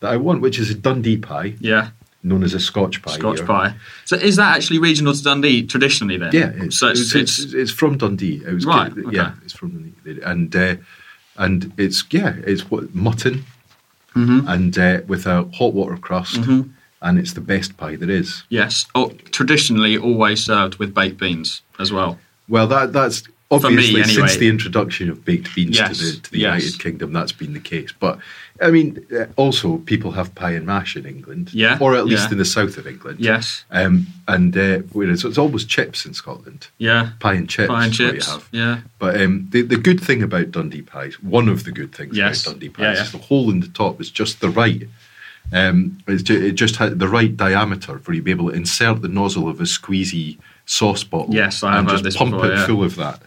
that I want, which is a Dundee pie, Yeah. known as a Scotch pie. Scotch here. pie. So is that actually regional to Dundee traditionally then? Yeah, it's, so it's, it's, it's from Dundee. It was Right, good- okay. Yeah, it's from Dundee, and uh, and it's yeah, it's what mutton, Mm-hmm. and uh, with a hot water crust, and it's the best pie there is. yes. Oh, traditionally always served with baked beans as well. Well, that that's me, obviously since anyway. the introduction of baked beans Yes, to the, to the yes. United Kingdom, that's been the case. But I mean, uh, also people have pie and mash in England, Yeah, or at least yeah. in the south of England. Yes. um, and uh, whereas it's always chips in Scotland, Yeah. pie and chips, Pie and is what you chips. have. Yeah. But um, the, the good thing about Dundee pies, one of the good things Yes. about Dundee pies, Yeah, yeah. is the hole in the top is just the right. Um, it's ju- it just had the right diameter for you to be able to insert the nozzle of a squeezy sauce bottle Yes, I have and had just this pump before, it yeah. full of that.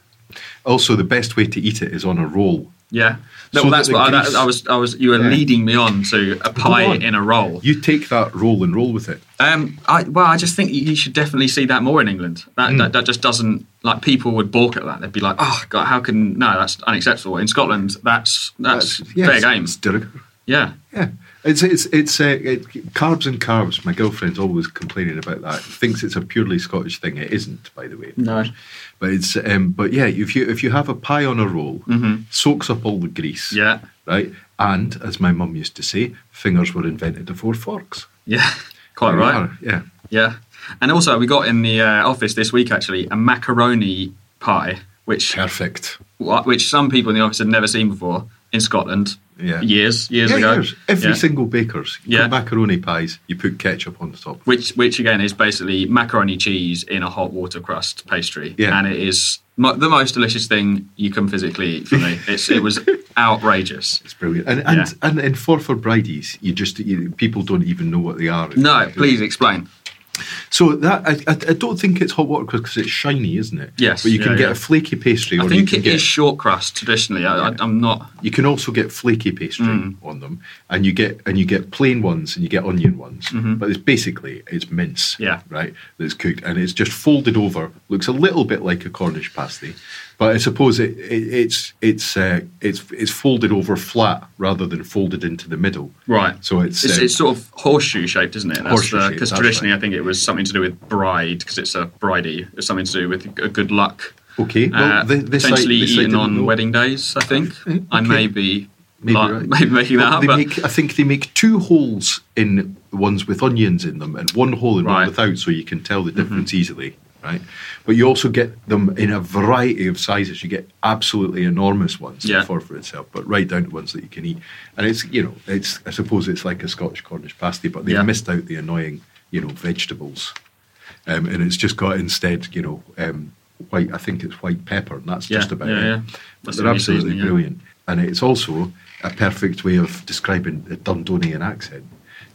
Also, the best way to eat it is on a roll. Yeah. So No, well, that's that the what I, that, grease- I was. I was. You were Yeah. leading me on to a pie on. in a roll. You take that roll and roll with it. Um, I, well, I just think you should definitely see that more in England. Hmm. That, that that just doesn't like people would balk at that. They'd be like, "Oh God, how can no? That's unacceptable." In Scotland, that's that's, yes, fair game. It's derog- Yeah, Yeah. It's it's it's uh, it, carbs and carbs. My girlfriend's always complaining about that. Thinks it's a purely Scottish thing. It isn't, by the way. No. But it's um, but yeah, if you if you have a pie on a roll, soaks up all the grease. Mm-hmm. Yeah. Right. And as my mum used to say, fingers were invented before forks. Yeah. Quite There we right. are, Yeah. Yeah. And also, we got in the uh, office this week actually a macaroni pie, which Perfect. wh- which some people in the office had never seen before in Scotland. Yeah. Years, years Yeah, ago. yours. Every Yeah. single baker's. You Yeah. put macaroni pies, you put ketchup on the top. which which again is basically macaroni cheese in a hot water crust pastry, Yeah. and it is mo- the most delicious thing you can physically eat for me. It's, it was outrageous. It's brilliant. And and, Yeah. and in Forfar Brides, you just you, people don't even know what they are. No, please explain. So that I, I, I don't think it's hot water crust because it's shiny, isn't it? Yes, But you can yeah, get yeah. a flaky pastry, or I you think can it get is short crust traditionally. I, I, I'm not. you can also get flaky pastry Mm. on them, and you get and you get plain ones and you get onion ones. But it's basically it's mince, Mm-hmm. Yeah. right? That's cooked and it's just folded over. Looks a little bit like a Cornish pasty, but I suppose it, it, it's it's uh, it's it's folded over flat rather than folded into the middle. Right. So it's, it's, uh, it's sort of horseshoe shaped, isn't it? Horseshoe shaped, Because that's traditionally, right. I think it was something to do with bride, because it's a bridey. It's something to do with a good luck. Okay, well, uh, thi- this I- potentially this I eaten didn't on know. wedding days. I think I may be Maybe, like, right. maybe making that Well, up. They but make, I think they make two holes in ones with onions in them and one hole in Right. Mm-hmm. one without, so you can tell the difference easily, right? But you also get them in a variety of sizes. You get absolutely enormous ones Yeah. for for itself, but right down to ones that you can eat. And it's you know, it's I suppose it's like a Scottish Cornish pasty, but they've Yeah. missed out the annoying you know vegetables, um, and it's just got instead you know. Um, White, I think it's white pepper, and that's Yeah, just about yeah, it. yeah. But That's they're the only absolutely seasoning, yeah. brilliant brilliant. And it's also a perfect way of describing a Dundonian accent.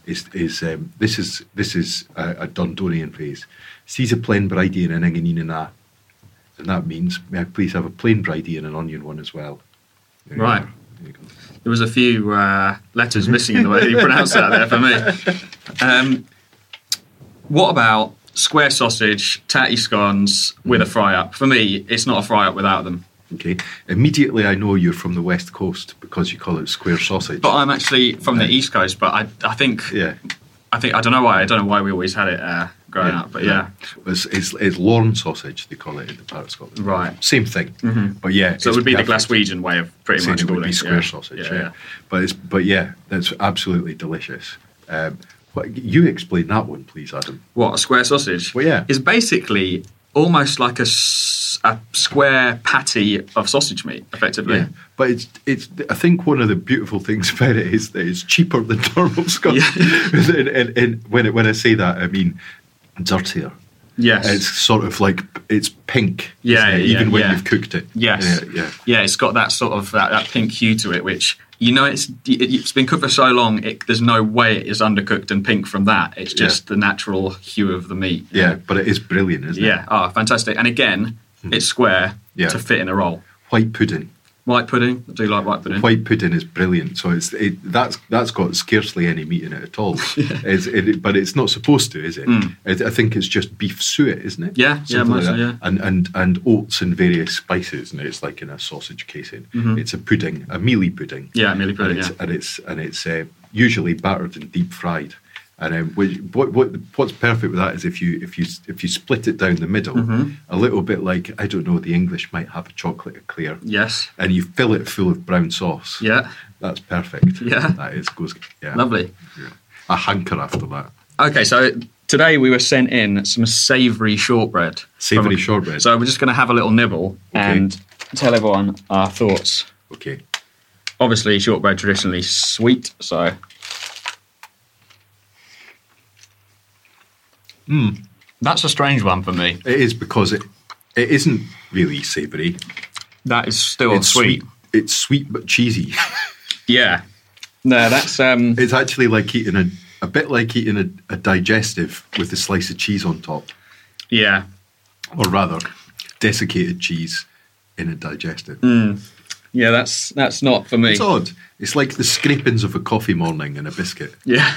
Is is um, this is this is a, a Dundonian phrase? Sees a plain bridie and an onion and a, and that means may I please have a plain bridie and an onion one as well. There you Right. go. There you go. There was a few uh, letters missing in the way that you pronounced that there for me. Um, what about square sausage, tatty scones with a fry up? For me, it's not a fry up without them. Okay. Immediately, I know you're from the west coast because you call it square sausage. But I'm actually from the Yeah. east coast, but I, I think yeah. I think I don't know why I don't know why we always had it uh, growing up, but yeah. It's, it's, it's Lorne sausage, they call it in the part of Scotland. Right. Mm-hmm. Same thing. But yeah. So it it's would be perfect. the Glaswegian way of pretty Saying much it would calling be it, square yeah. sausage. Yeah, Yeah, yeah. but it's but yeah, that's absolutely delicious. Um, what, you explain that one, please, Adam. What a square sausage? Well, yeah. is basically almost like a, s- a square patty of sausage meat, effectively. But it's it's. I think one of the beautiful things about it is that it's cheaper than normal Scotch. and, and, and when it, when I say that, I mean dirtier. Yes. It's sort of like it's pink. Yeah, isn't it? yeah, even when yeah. you've cooked it. Yes. yeah, yeah. It's got that sort of that, that pink hue to it, which you know it's it, it's been cooked for so long. It, there's no way it is undercooked and pink from that. It's just the natural hue of the meat. Yeah, But it is brilliant, isn't it? Yeah. Oh, fantastic. And again, it's square Yeah. to fit in a roll. White pudding. White pudding. I do like white pudding. White pudding is brilliant. So it's it, that's that's got scarcely any meat in it at all. It's- it- but it's not supposed to, is it? I, I think it's just beef suet, isn't it? Hmm. Yeah, yeah, Something might as well, yeah. And and and oats and various spices, and it's like in a sausage casing. It's a pudding, a mealy pudding. Mm-hmm. Yeah, mealy pudding, And it's yeah. and it's, and it's uh, usually battered and deep fried. And um, which, what, what what's perfect with that is if you if you if you split it down the middle, Mm-hmm. a little bit like I don't know, the English might have a chocolate eclair Yes. and you fill it full of brown sauce. Yeah. That's perfect. Yeah. That is goes yeah. Lovely. Yeah. I hanker after that. Okay, so today we were sent in some savoury shortbread. Savoury From- shortbread. So we're just going to have a little nibble and tell everyone our thoughts. Okay. Obviously, shortbread traditionally sweet, so Hmm. that's a strange one for me. It is because it it isn't really savoury. That is still it's Oh, sweet. It's sweet but cheesy. Yeah. No, that's um. it's actually like eating a a bit like eating a, a digestive with a slice of cheese on top. yeah. Or rather, desiccated cheese in a digestive. Mm. Yeah, that's that's not for me. It's odd. It's like the scrapings of a coffee morning and a biscuit. Yeah.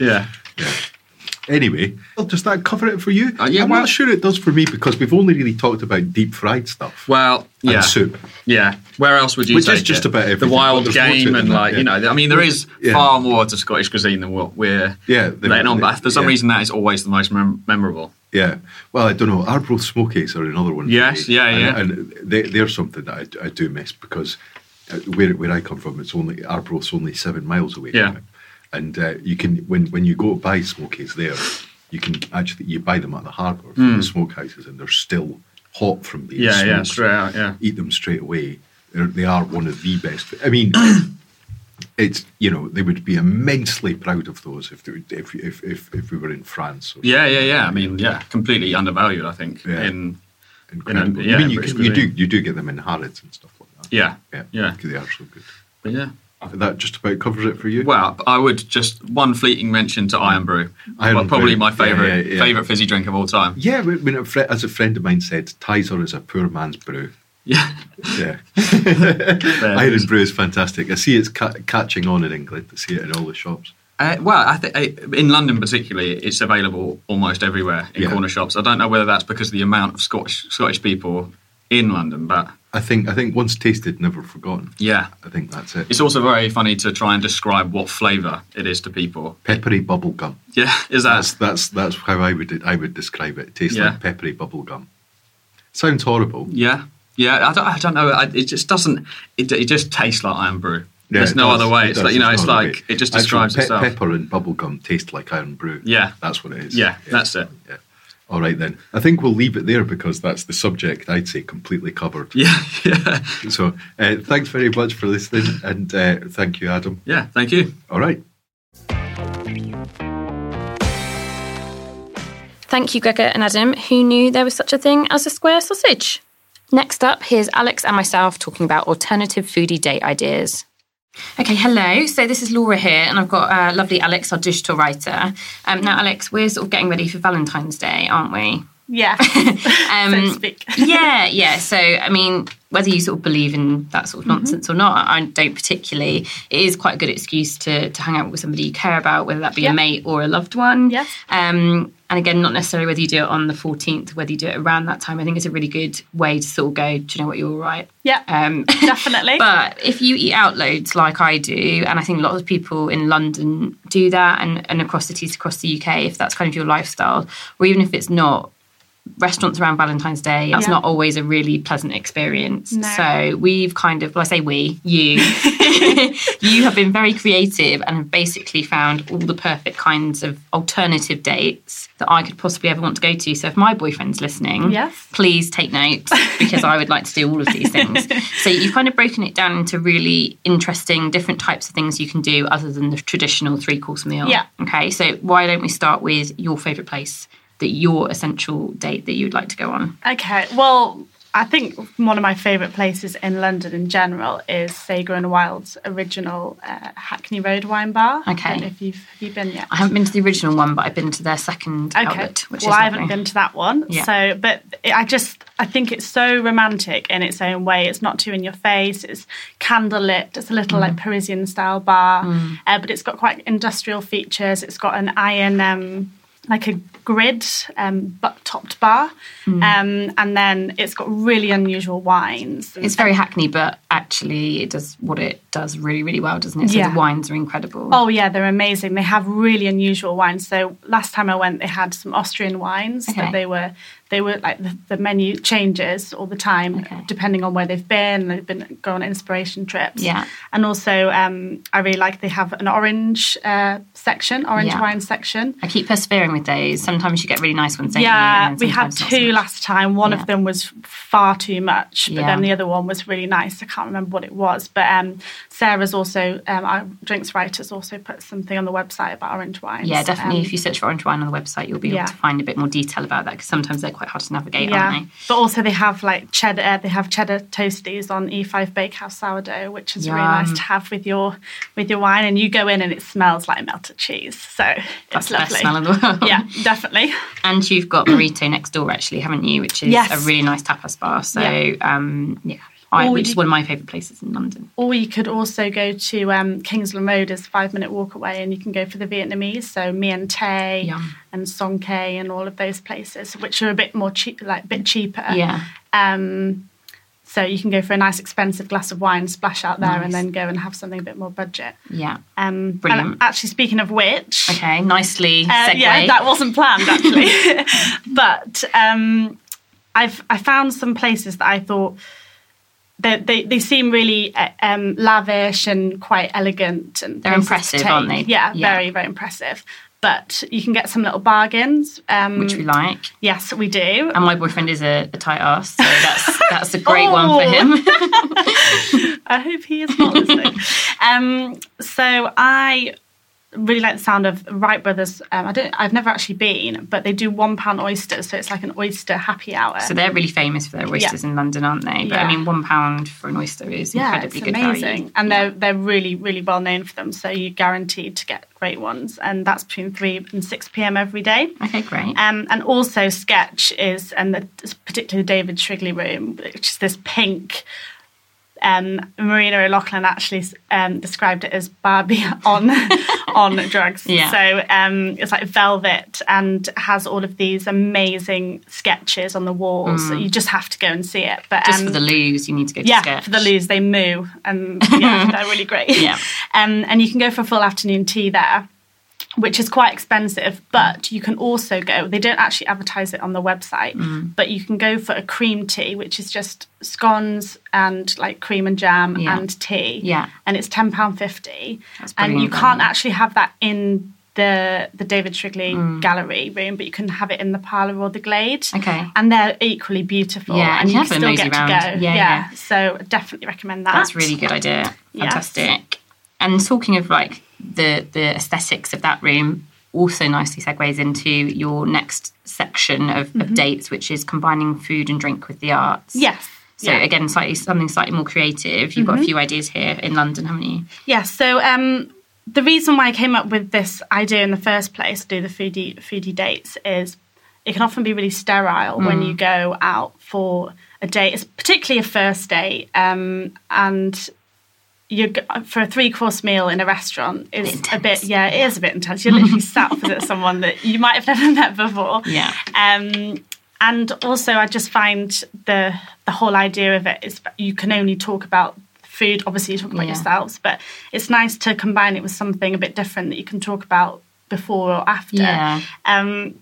yeah. Anyway, well, does that cover it for you? Uh, yeah, I'm well- not sure it does for me because we've only really talked about deep fried stuff Well, and yeah, soup. yeah. Where else would you? Which take is just it? about the everything, wild but there's more to game it and than like that, you yeah. know. I mean, there is Yeah. far more to Scottish cuisine than what we're Yeah, the- letting on. But the- for some yeah. reason, that is always the most mem- memorable. Yeah. Well, I don't know. Arbroath smokies are another one. for Yes, me. yeah, and, yeah. And they, they're something that I, I do miss because uh, where where I come from, it's only Arbroath's only seven miles away. Yeah. From it. And uh, you can when when you go buy smokies there, you can actually you buy them at the harbour from the smokehouses, and they're still hot from being Hmm. Yeah, yeah, smoked. straight out, yeah. Eat them straight away. They're, they are one of the best. I mean. It's you know they would be immensely proud of those if they, would- if, if if if we were in France. Or Yeah, yeah, yeah. I mean, yeah, completely undervalued. I think. Yeah. In Incredible. yeah, I mean, you, British can, you do cuisine. you do get them in Harrods and stuff like that. yeah, yeah, yeah, because they are so good. but yeah. That just about covers it for you. Well, I would just one fleeting mention to Iron Brew. Iron Well, probably Brew. my Yeah, favorite yeah, yeah. favorite fizzy drink of all time. yeah. I mean, a fri- as a friend of mine said, Tizer is a poor man's brew. Yeah, Yeah, There it is. Iron Brew is fantastic. I see it's ca- catching on in England. I see it in all the shops. Uh, well, I think in London particularly, it's available almost everywhere in Yeah. corner shops. I don't know whether that's because of the amount of Scottish Scottish people in London, but I think I think once tasted, never forgotten. yeah, I think that's it. it's also very funny to try and describe what flavour it is to people. peppery bubble gum. Yeah, is That's that? that's that's how I would I would describe it. It tastes Yeah. like peppery bubble gum. Sounds horrible. Yeah, yeah. I don't, I don't know. I, it just doesn't. It, it just tastes like iron brew. Yeah, There's it no does. other way. It It's does. like you know, There's it's no other like way. it just Actually, describes pe- itself. Pepper and bubblegum taste like iron brew. Yeah. That's what it is. Yeah, that's it. Yeah. All right then. I think we'll leave it there because that's the subject I'd say completely covered. Yeah, yeah, So uh, thanks very much for listening and uh, thank you, Adam. yeah. Thank you. All right. Thank you, Gregor and Adam, who knew there was such a thing as a square sausage. Next up, here's Alex and myself talking about alternative foodie date ideas. Okay, hello. So this is Laura here, and I've got uh, lovely Alex, our digital writer. Um, now, Alex, we're sort of getting ready for Valentine's Day, aren't we? Yeah. Um, So to speak. yeah, yeah. So, I mean, whether you sort of believe in that sort of Mm-hmm. nonsense or not, I don't particularly. It is quite a good excuse to, to hang out with somebody you care about, whether that be Yeah. a mate or a loved one. Yes. Um, and again, not necessarily whether you do it on the 14th, whether you do it around that time. I think it's a really good way to sort of go, do you know what, you're all right. Yeah. Um, definitely. But if you eat out loads like I do, and I think a lot of people in London do that and, and across cities across the UK, if that's kind of your lifestyle, or even if it's not, restaurants around Valentine's Day, that's Yeah. not always a really pleasant experience. No. So we've kind of, well, I say we, you, you have been very creative and have basically found all the perfect kinds of alternative dates that I could possibly ever want to go to. So if my boyfriend's listening, Yes. please take note because I would like to do all of these things. So you've kind of broken it down into really interesting different types of things you can do other than the traditional three course meal. Yeah. Okay. So why don't we start with your favourite place that your essential date that you'd like to go on? okay. Well, I think one of my favourite places in London in general is Sager and Wild's original uh, Hackney Road wine bar. I don't Okay. know If you've have you been yet? I haven't been to the original one, but I've been to their second Okay. outlet, which well, is I haven't lovely. been to that one. Yeah. So, but it- I just I think it's so romantic in its own way. It's not too in your face. It's candlelit. It's a little Mm. like Parisian style bar, uh, but it's got quite industrial features. It's got an iron. Um, like a grid um, but topped bar, Mm. um, and then it's got really unusual wines. It's very hackney, but actually it does what it does really, really well, doesn't it? So Yeah. the wines are incredible. Oh yeah, they're amazing. They have really unusual wines. So last time I went, they had some Austrian wines Okay. that they were they were like the, the menu changes all the time Okay. depending on where they've been. They've been go on inspiration trips. Yeah. and also um, I really like they have an orange uh, section, orange Yeah. wine section. I keep persevering with those. Sometimes you get really nice ones. Don't you? Yeah, And then we had sometimes not so two much. last time. One Yeah. of them was far too much, but Yeah. then the other one was really nice. I can't remember what it was, but um, Sarah's also um, our drinks writers also put something on the website about orange wines. Yeah, definitely. Um, if you search for orange wine on the website, you'll be yeah. able to find a bit more detail about that because sometimes they're quite hard to navigate, yeah, aren't but also they have like cheddar. uh, They have cheddar toasties on E5 Bakehouse sourdough, which is really nice Yum. to have with your with your wine. And you go in and it smells like melted cheese, so That's it's the lovely. best smell in the world. yeah, definitely. they? And you've got Marito next door, actually, haven't you? Which is Yes. a really nice tapas bar. So, Yeah. yeah, um, yeah I, Or which you- is one of my favourite places in London. Or you could also go to um, Kingsland Road is five minute walk away, and you can go for the Vietnamese, so Mien Tay Yum. and Song Kay and all of those places, which are a bit more cheap, like a bit cheaper. Yeah. Um, so you can go for a nice expensive glass of wine, splash out there, Nice. and then go and have something a bit more budget. Yeah. Um, and Brilliant. actually, speaking of which, Okay, nicely uh, segue. yeah, that wasn't planned actually, but um, I've I found some places that I thought that they, they seem really uh, um, lavish and quite elegant, and They're places to impressive, take. aren't they? Yeah, Yeah. very very impressive. But you can get some little bargains. Um, which Um, we like. yes, we do. And my boyfriend is a, a tight ass, so that's that's a great one for Oh. him. I hope he is not listening. um, so I really like the sound of Wright Brothers. Um, I don't. I've never actually been, but they do one pound oysters, so it's like an oyster happy hour. so they're really famous for their oysters in London, aren't they? But I Yeah. mean, one pound for an oyster is yeah, it's incredibly good amazing, value. and they're they're really really well known for them. So you're guaranteed to get great ones, and that's between three and six p.m. every day. Okay, great. Um, and also Sketch is, and the, particularly the David Shrigley room, which is this pink. Um, Marina O'Loughlin actually um, described it as Barbie on on drugs. Yeah. So um, it's like velvet and has all of these amazing sketches on the walls. You just have to go and see it. But Mm. Just um, for the loos, you need to go to yeah, Sketch. for the loos they moo, and yeah, they're really great. Yeah. um, and you can go for a full afternoon tea there, which is quite expensive, but you can also go. They don't actually advertise it on the website, Mm. but you can go for a cream tea, which is just scones and like cream and jam Yeah. and tea. Yeah. and it's ten pound fifty, That's and you brilliant, can't isn't it? actually have that in. The, the David Shrigley Mm. gallery room, but you can have it in the parlour or the glade. Okay. And they're equally beautiful. Yeah, and you can have a still nosy get round. to go. Yeah, yeah. So definitely recommend that. That's a really good idea. Yes. Fantastic. And talking of like the the aesthetics of that room, also nicely segues into your next section of, of dates, which is combining food and drink with the arts. So Yes. Mm-hmm. yeah. Mm-hmm. again, slightly something slightly more creative. You've got a few ideas here in London, haven't you? Yeah. So um, the reason why I came up with this idea in the first place to do the foodie foodie dates is it can often be really sterile when Mm. you go out for a date. It's particularly a first date, um, and you for a three course meal in a restaurant is a bit yeah it is a bit intense. You're literally sat opposite someone that you might have never met before. Yeah. Um, and also, I just find the the whole idea of it is that you can only talk about food. Obviously, you talk about Yeah. yourselves, but it's nice to combine it with something a bit different that you can talk about before or after. Yeah. Um,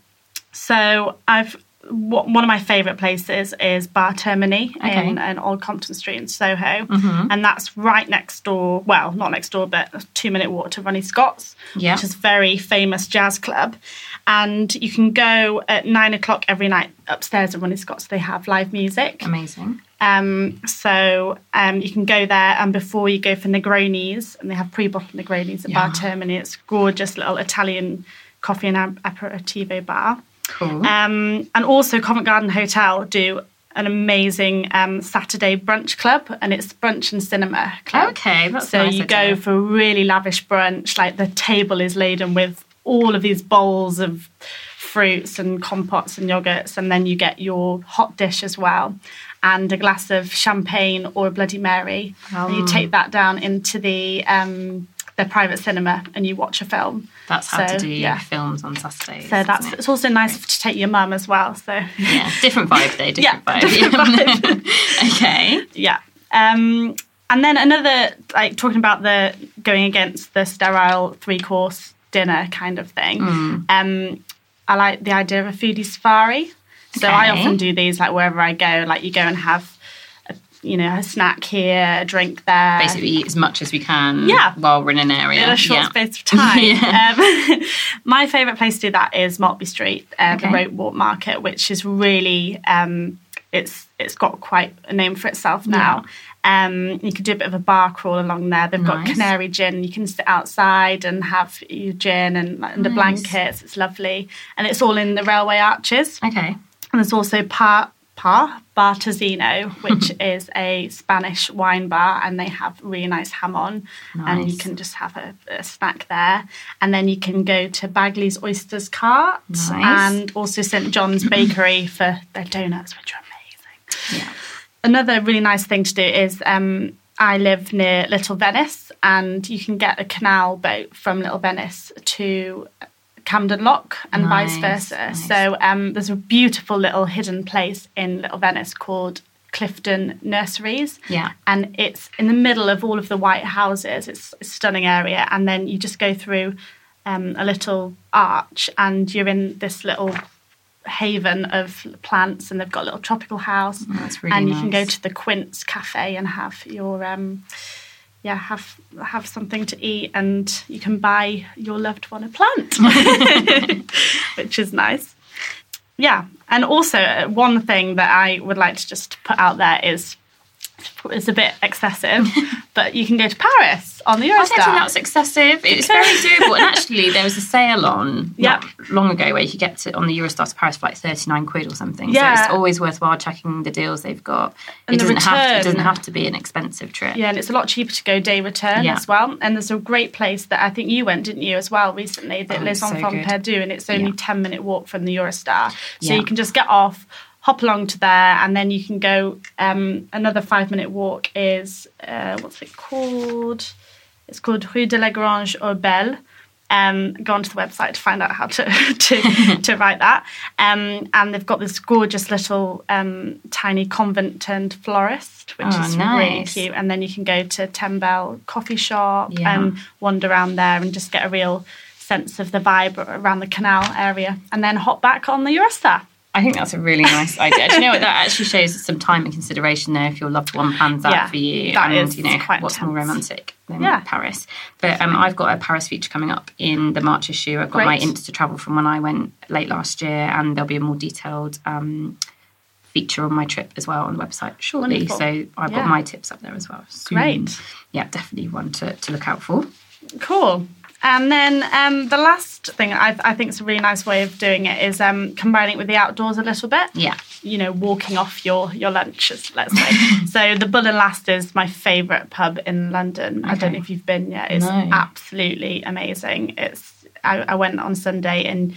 so I've wha- one of my favourite places is Bar Termini Okay. Mm-hmm. in, in Old Compton Street in Soho, and that's right next door. Well, not next door, but a two minute walk to Ronnie Scott's, Yeah. which is very famous jazz club. And you can go at nine o'clock every night upstairs at Ronnie Scott's. They have live music. Amazing. Um, so um, you can go there, and before you go for Negronis, and they have pre-bottled Negronis at Bar Termini. It's a gorgeous little Italian coffee and ap- aperitivo bar. Cool. Um, and also Covent Garden Hotel do an amazing um, Saturday brunch club, and it's brunch and cinema club. okay, that's So a nice you idea. go for a really lavish brunch, like the table is laden with all of these bowls of fruits and compotes and yogurts, and then you get your hot dish as well, and a glass of champagne or a Bloody Mary. and you Ah. take that down into the um, the private cinema and you watch a film. that's how So, to do yeah. films on Saturdays. So isn't that's it? it's also nice to take your mum as well. So yeah, different vibe though. Different Yeah, vibe. okay. yeah. Um, and then another, like talking about the going against the sterile three course dinner kind of thing. Hmm. Um, I like the idea of a foodie safari. So I Okay. often do these like wherever I go, like you go and have, a, you know, a snack here, a drink there. Basically, eat as much as we can. Yeah. While we're in an area. In a short yeah. space of time. Yeah. um, my favourite place to do that is Maltby Street, uh, the Okay. Rope Walk Market, which is really um, it's it's got quite a name for itself now. Um, you can do a bit of a bar crawl along there. They've got Nice. Canary Gin. You can sit outside and have your gin and like, under Nice. blankets. It's lovely, and it's all in the railway arches. Okay. And there's also Par Par Bartesino, which is a Spanish wine bar, and they have really nice ham on, and you Nice. can just have a, a snack there. And then you can go to Bagley's Oysters Cart Nice. and also St John's Bakery for their donuts, which are amazing. Yeah. Another really nice thing to do is um, I live near Little Venice, and you can get a canal boat from Little Venice to Camden Lock and Nice, vice versa. nice. So um, there's a beautiful little hidden place in Little Venice called Clifton Nurseries. Yeah. And it's in the middle of all of the white houses. It's a stunning area. And then you just go through um, a little arch and you're in this little haven of plants and they've got a little tropical house. Oh, that's really and you can go nice. to the Quince Cafe and have your um, yeah, have have something to eat and you can buy your loved one a plant. which is nice. Yeah, and also uh, one thing that I would like to just put out there is it's a bit excessive, but you can go to Paris on the I don't think Eurostar. that's excessive. It's very doable. And actually, there was a sale on Yeah. not long ago where you could get to on the Eurostar to Paris for like thirty nine quid or something. So Yeah. it's always worthwhile checking the deals they've got. And it the doesn't have to, it return. doesn't have to be an expensive trip. Yeah, and it's a lot cheaper to go day return Yeah. as well. And there's a great place that I think you went, didn't you, as well recently that Oh, lives it's on so From good. Perdu, and it's only Yeah. ten minute walk from the Eurostar, so Yeah. you can just get off. Hop along to there, and then you can go. Um, another five minute walk is uh, what's it called? It's called Rue de la Grange aux Belles. Um, go onto the website to find out how to to, to write that. Um, and they've got this gorgeous little um, tiny convent turned florist, which Oh, is really nice. cute. And then you can go to Tembel coffee shop Yeah. and wander around there and just get a real sense of the vibe around the canal area. And then hop back on the Eurostar. I think that's a really nice idea. Do you know what? That actually shows some time and consideration there if your loved one plans out Yeah, for you. that and, is you know, quite what's more intense. romantic than Yeah. Paris? But um, I've got a Paris feature coming up in the March issue. I've got my Great. Insta travel from when I went late last year, and there'll be a more detailed um, feature on my trip as well on the website shortly. Wonderful. So I've Yeah. got my tips up there as well. soon. Great. Yeah, definitely one to, to look out for. Cool. And then um, the last thing I, I think is a really nice way of doing it is um, combining it with the outdoors a little bit. Yeah. you know, walking off your your lunches, let's say. so the Bull and Last is my favourite pub in London. I don't Okay. know if you've been yet. It's No. absolutely amazing. It's I, I went on Sunday and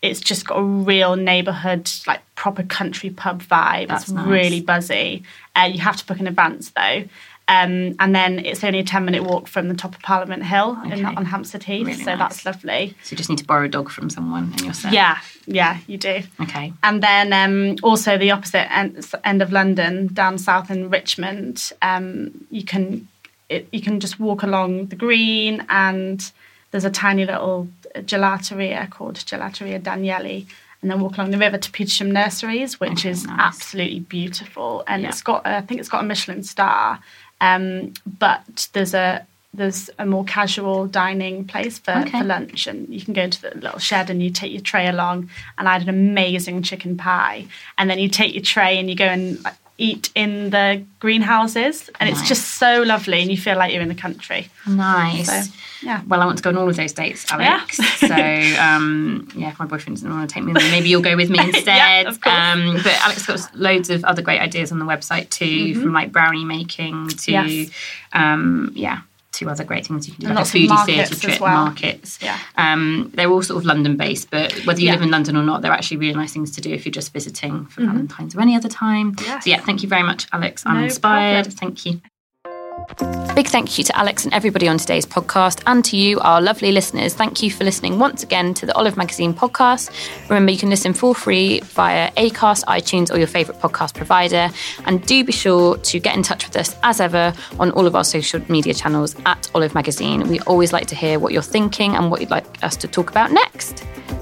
it's just got a real neighbourhood, like proper country pub vibe. That's it's nice. really buzzy. Uh, you have to book in advance though. Um, and then it's only a 10 minute walk from the top of Parliament Hill in, Okay. on Hampstead Heath. Really so nice. that's lovely. So you just need to borrow a dog from someone and you're set. Yeah, yeah, you do. Okay. And then um, also the opposite end, end of London, down south in Richmond, um, you can it, you can just walk along the green, and there's a tiny little gelateria called Gelateria Danieli, and then walk along the river to Petersham Nurseries, which Okay, is Oh, nice. absolutely beautiful, and Yeah. it's got a- I think it's got a Michelin star, um, but there's a there's a more casual dining place for, Okay. for lunch and you can go into the little shed and you take your tray along and i had an amazing chicken pie and then you take your tray and you go and like, eat in the greenhouses and it's Nice. just so lovely and you feel like you're in the country Nice. So, yeah. Well, I want to go on all of those dates, Alex. so, um, yeah, if my boyfriend doesn't want to take me, then maybe you'll go with me instead. of course. um, but Alex has got loads of other great ideas on the website too, from like brownie making to, Mm-hmm. Yes. um, yeah. Two other great things you can do, And like a lots of foodie markets theatre as trip, well. markets. Yeah. Um, they're all sort of London based, but whether you Yeah. Mm-hmm. live in London or not, they're actually really nice things to do if you're just visiting for Valentine's or any other time. Yes. So, yeah, thank you very much, Alex. I'm No inspired. problem. Thank you. Big thank you to Alex and everybody on today's podcast, and to you, our lovely listeners. Thank you for listening once again to the Olive Magazine podcast. Remember, you can listen for free via Acast, iTunes, or your favourite podcast provider. And do be sure to get in touch with us as ever on all of our social media channels at Olive Magazine. We always like to hear what you're thinking and what you'd like us to talk about next.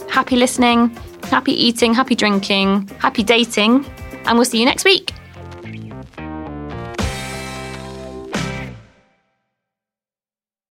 Happy listening, happy eating, happy drinking, happy dating, and we'll see you next week.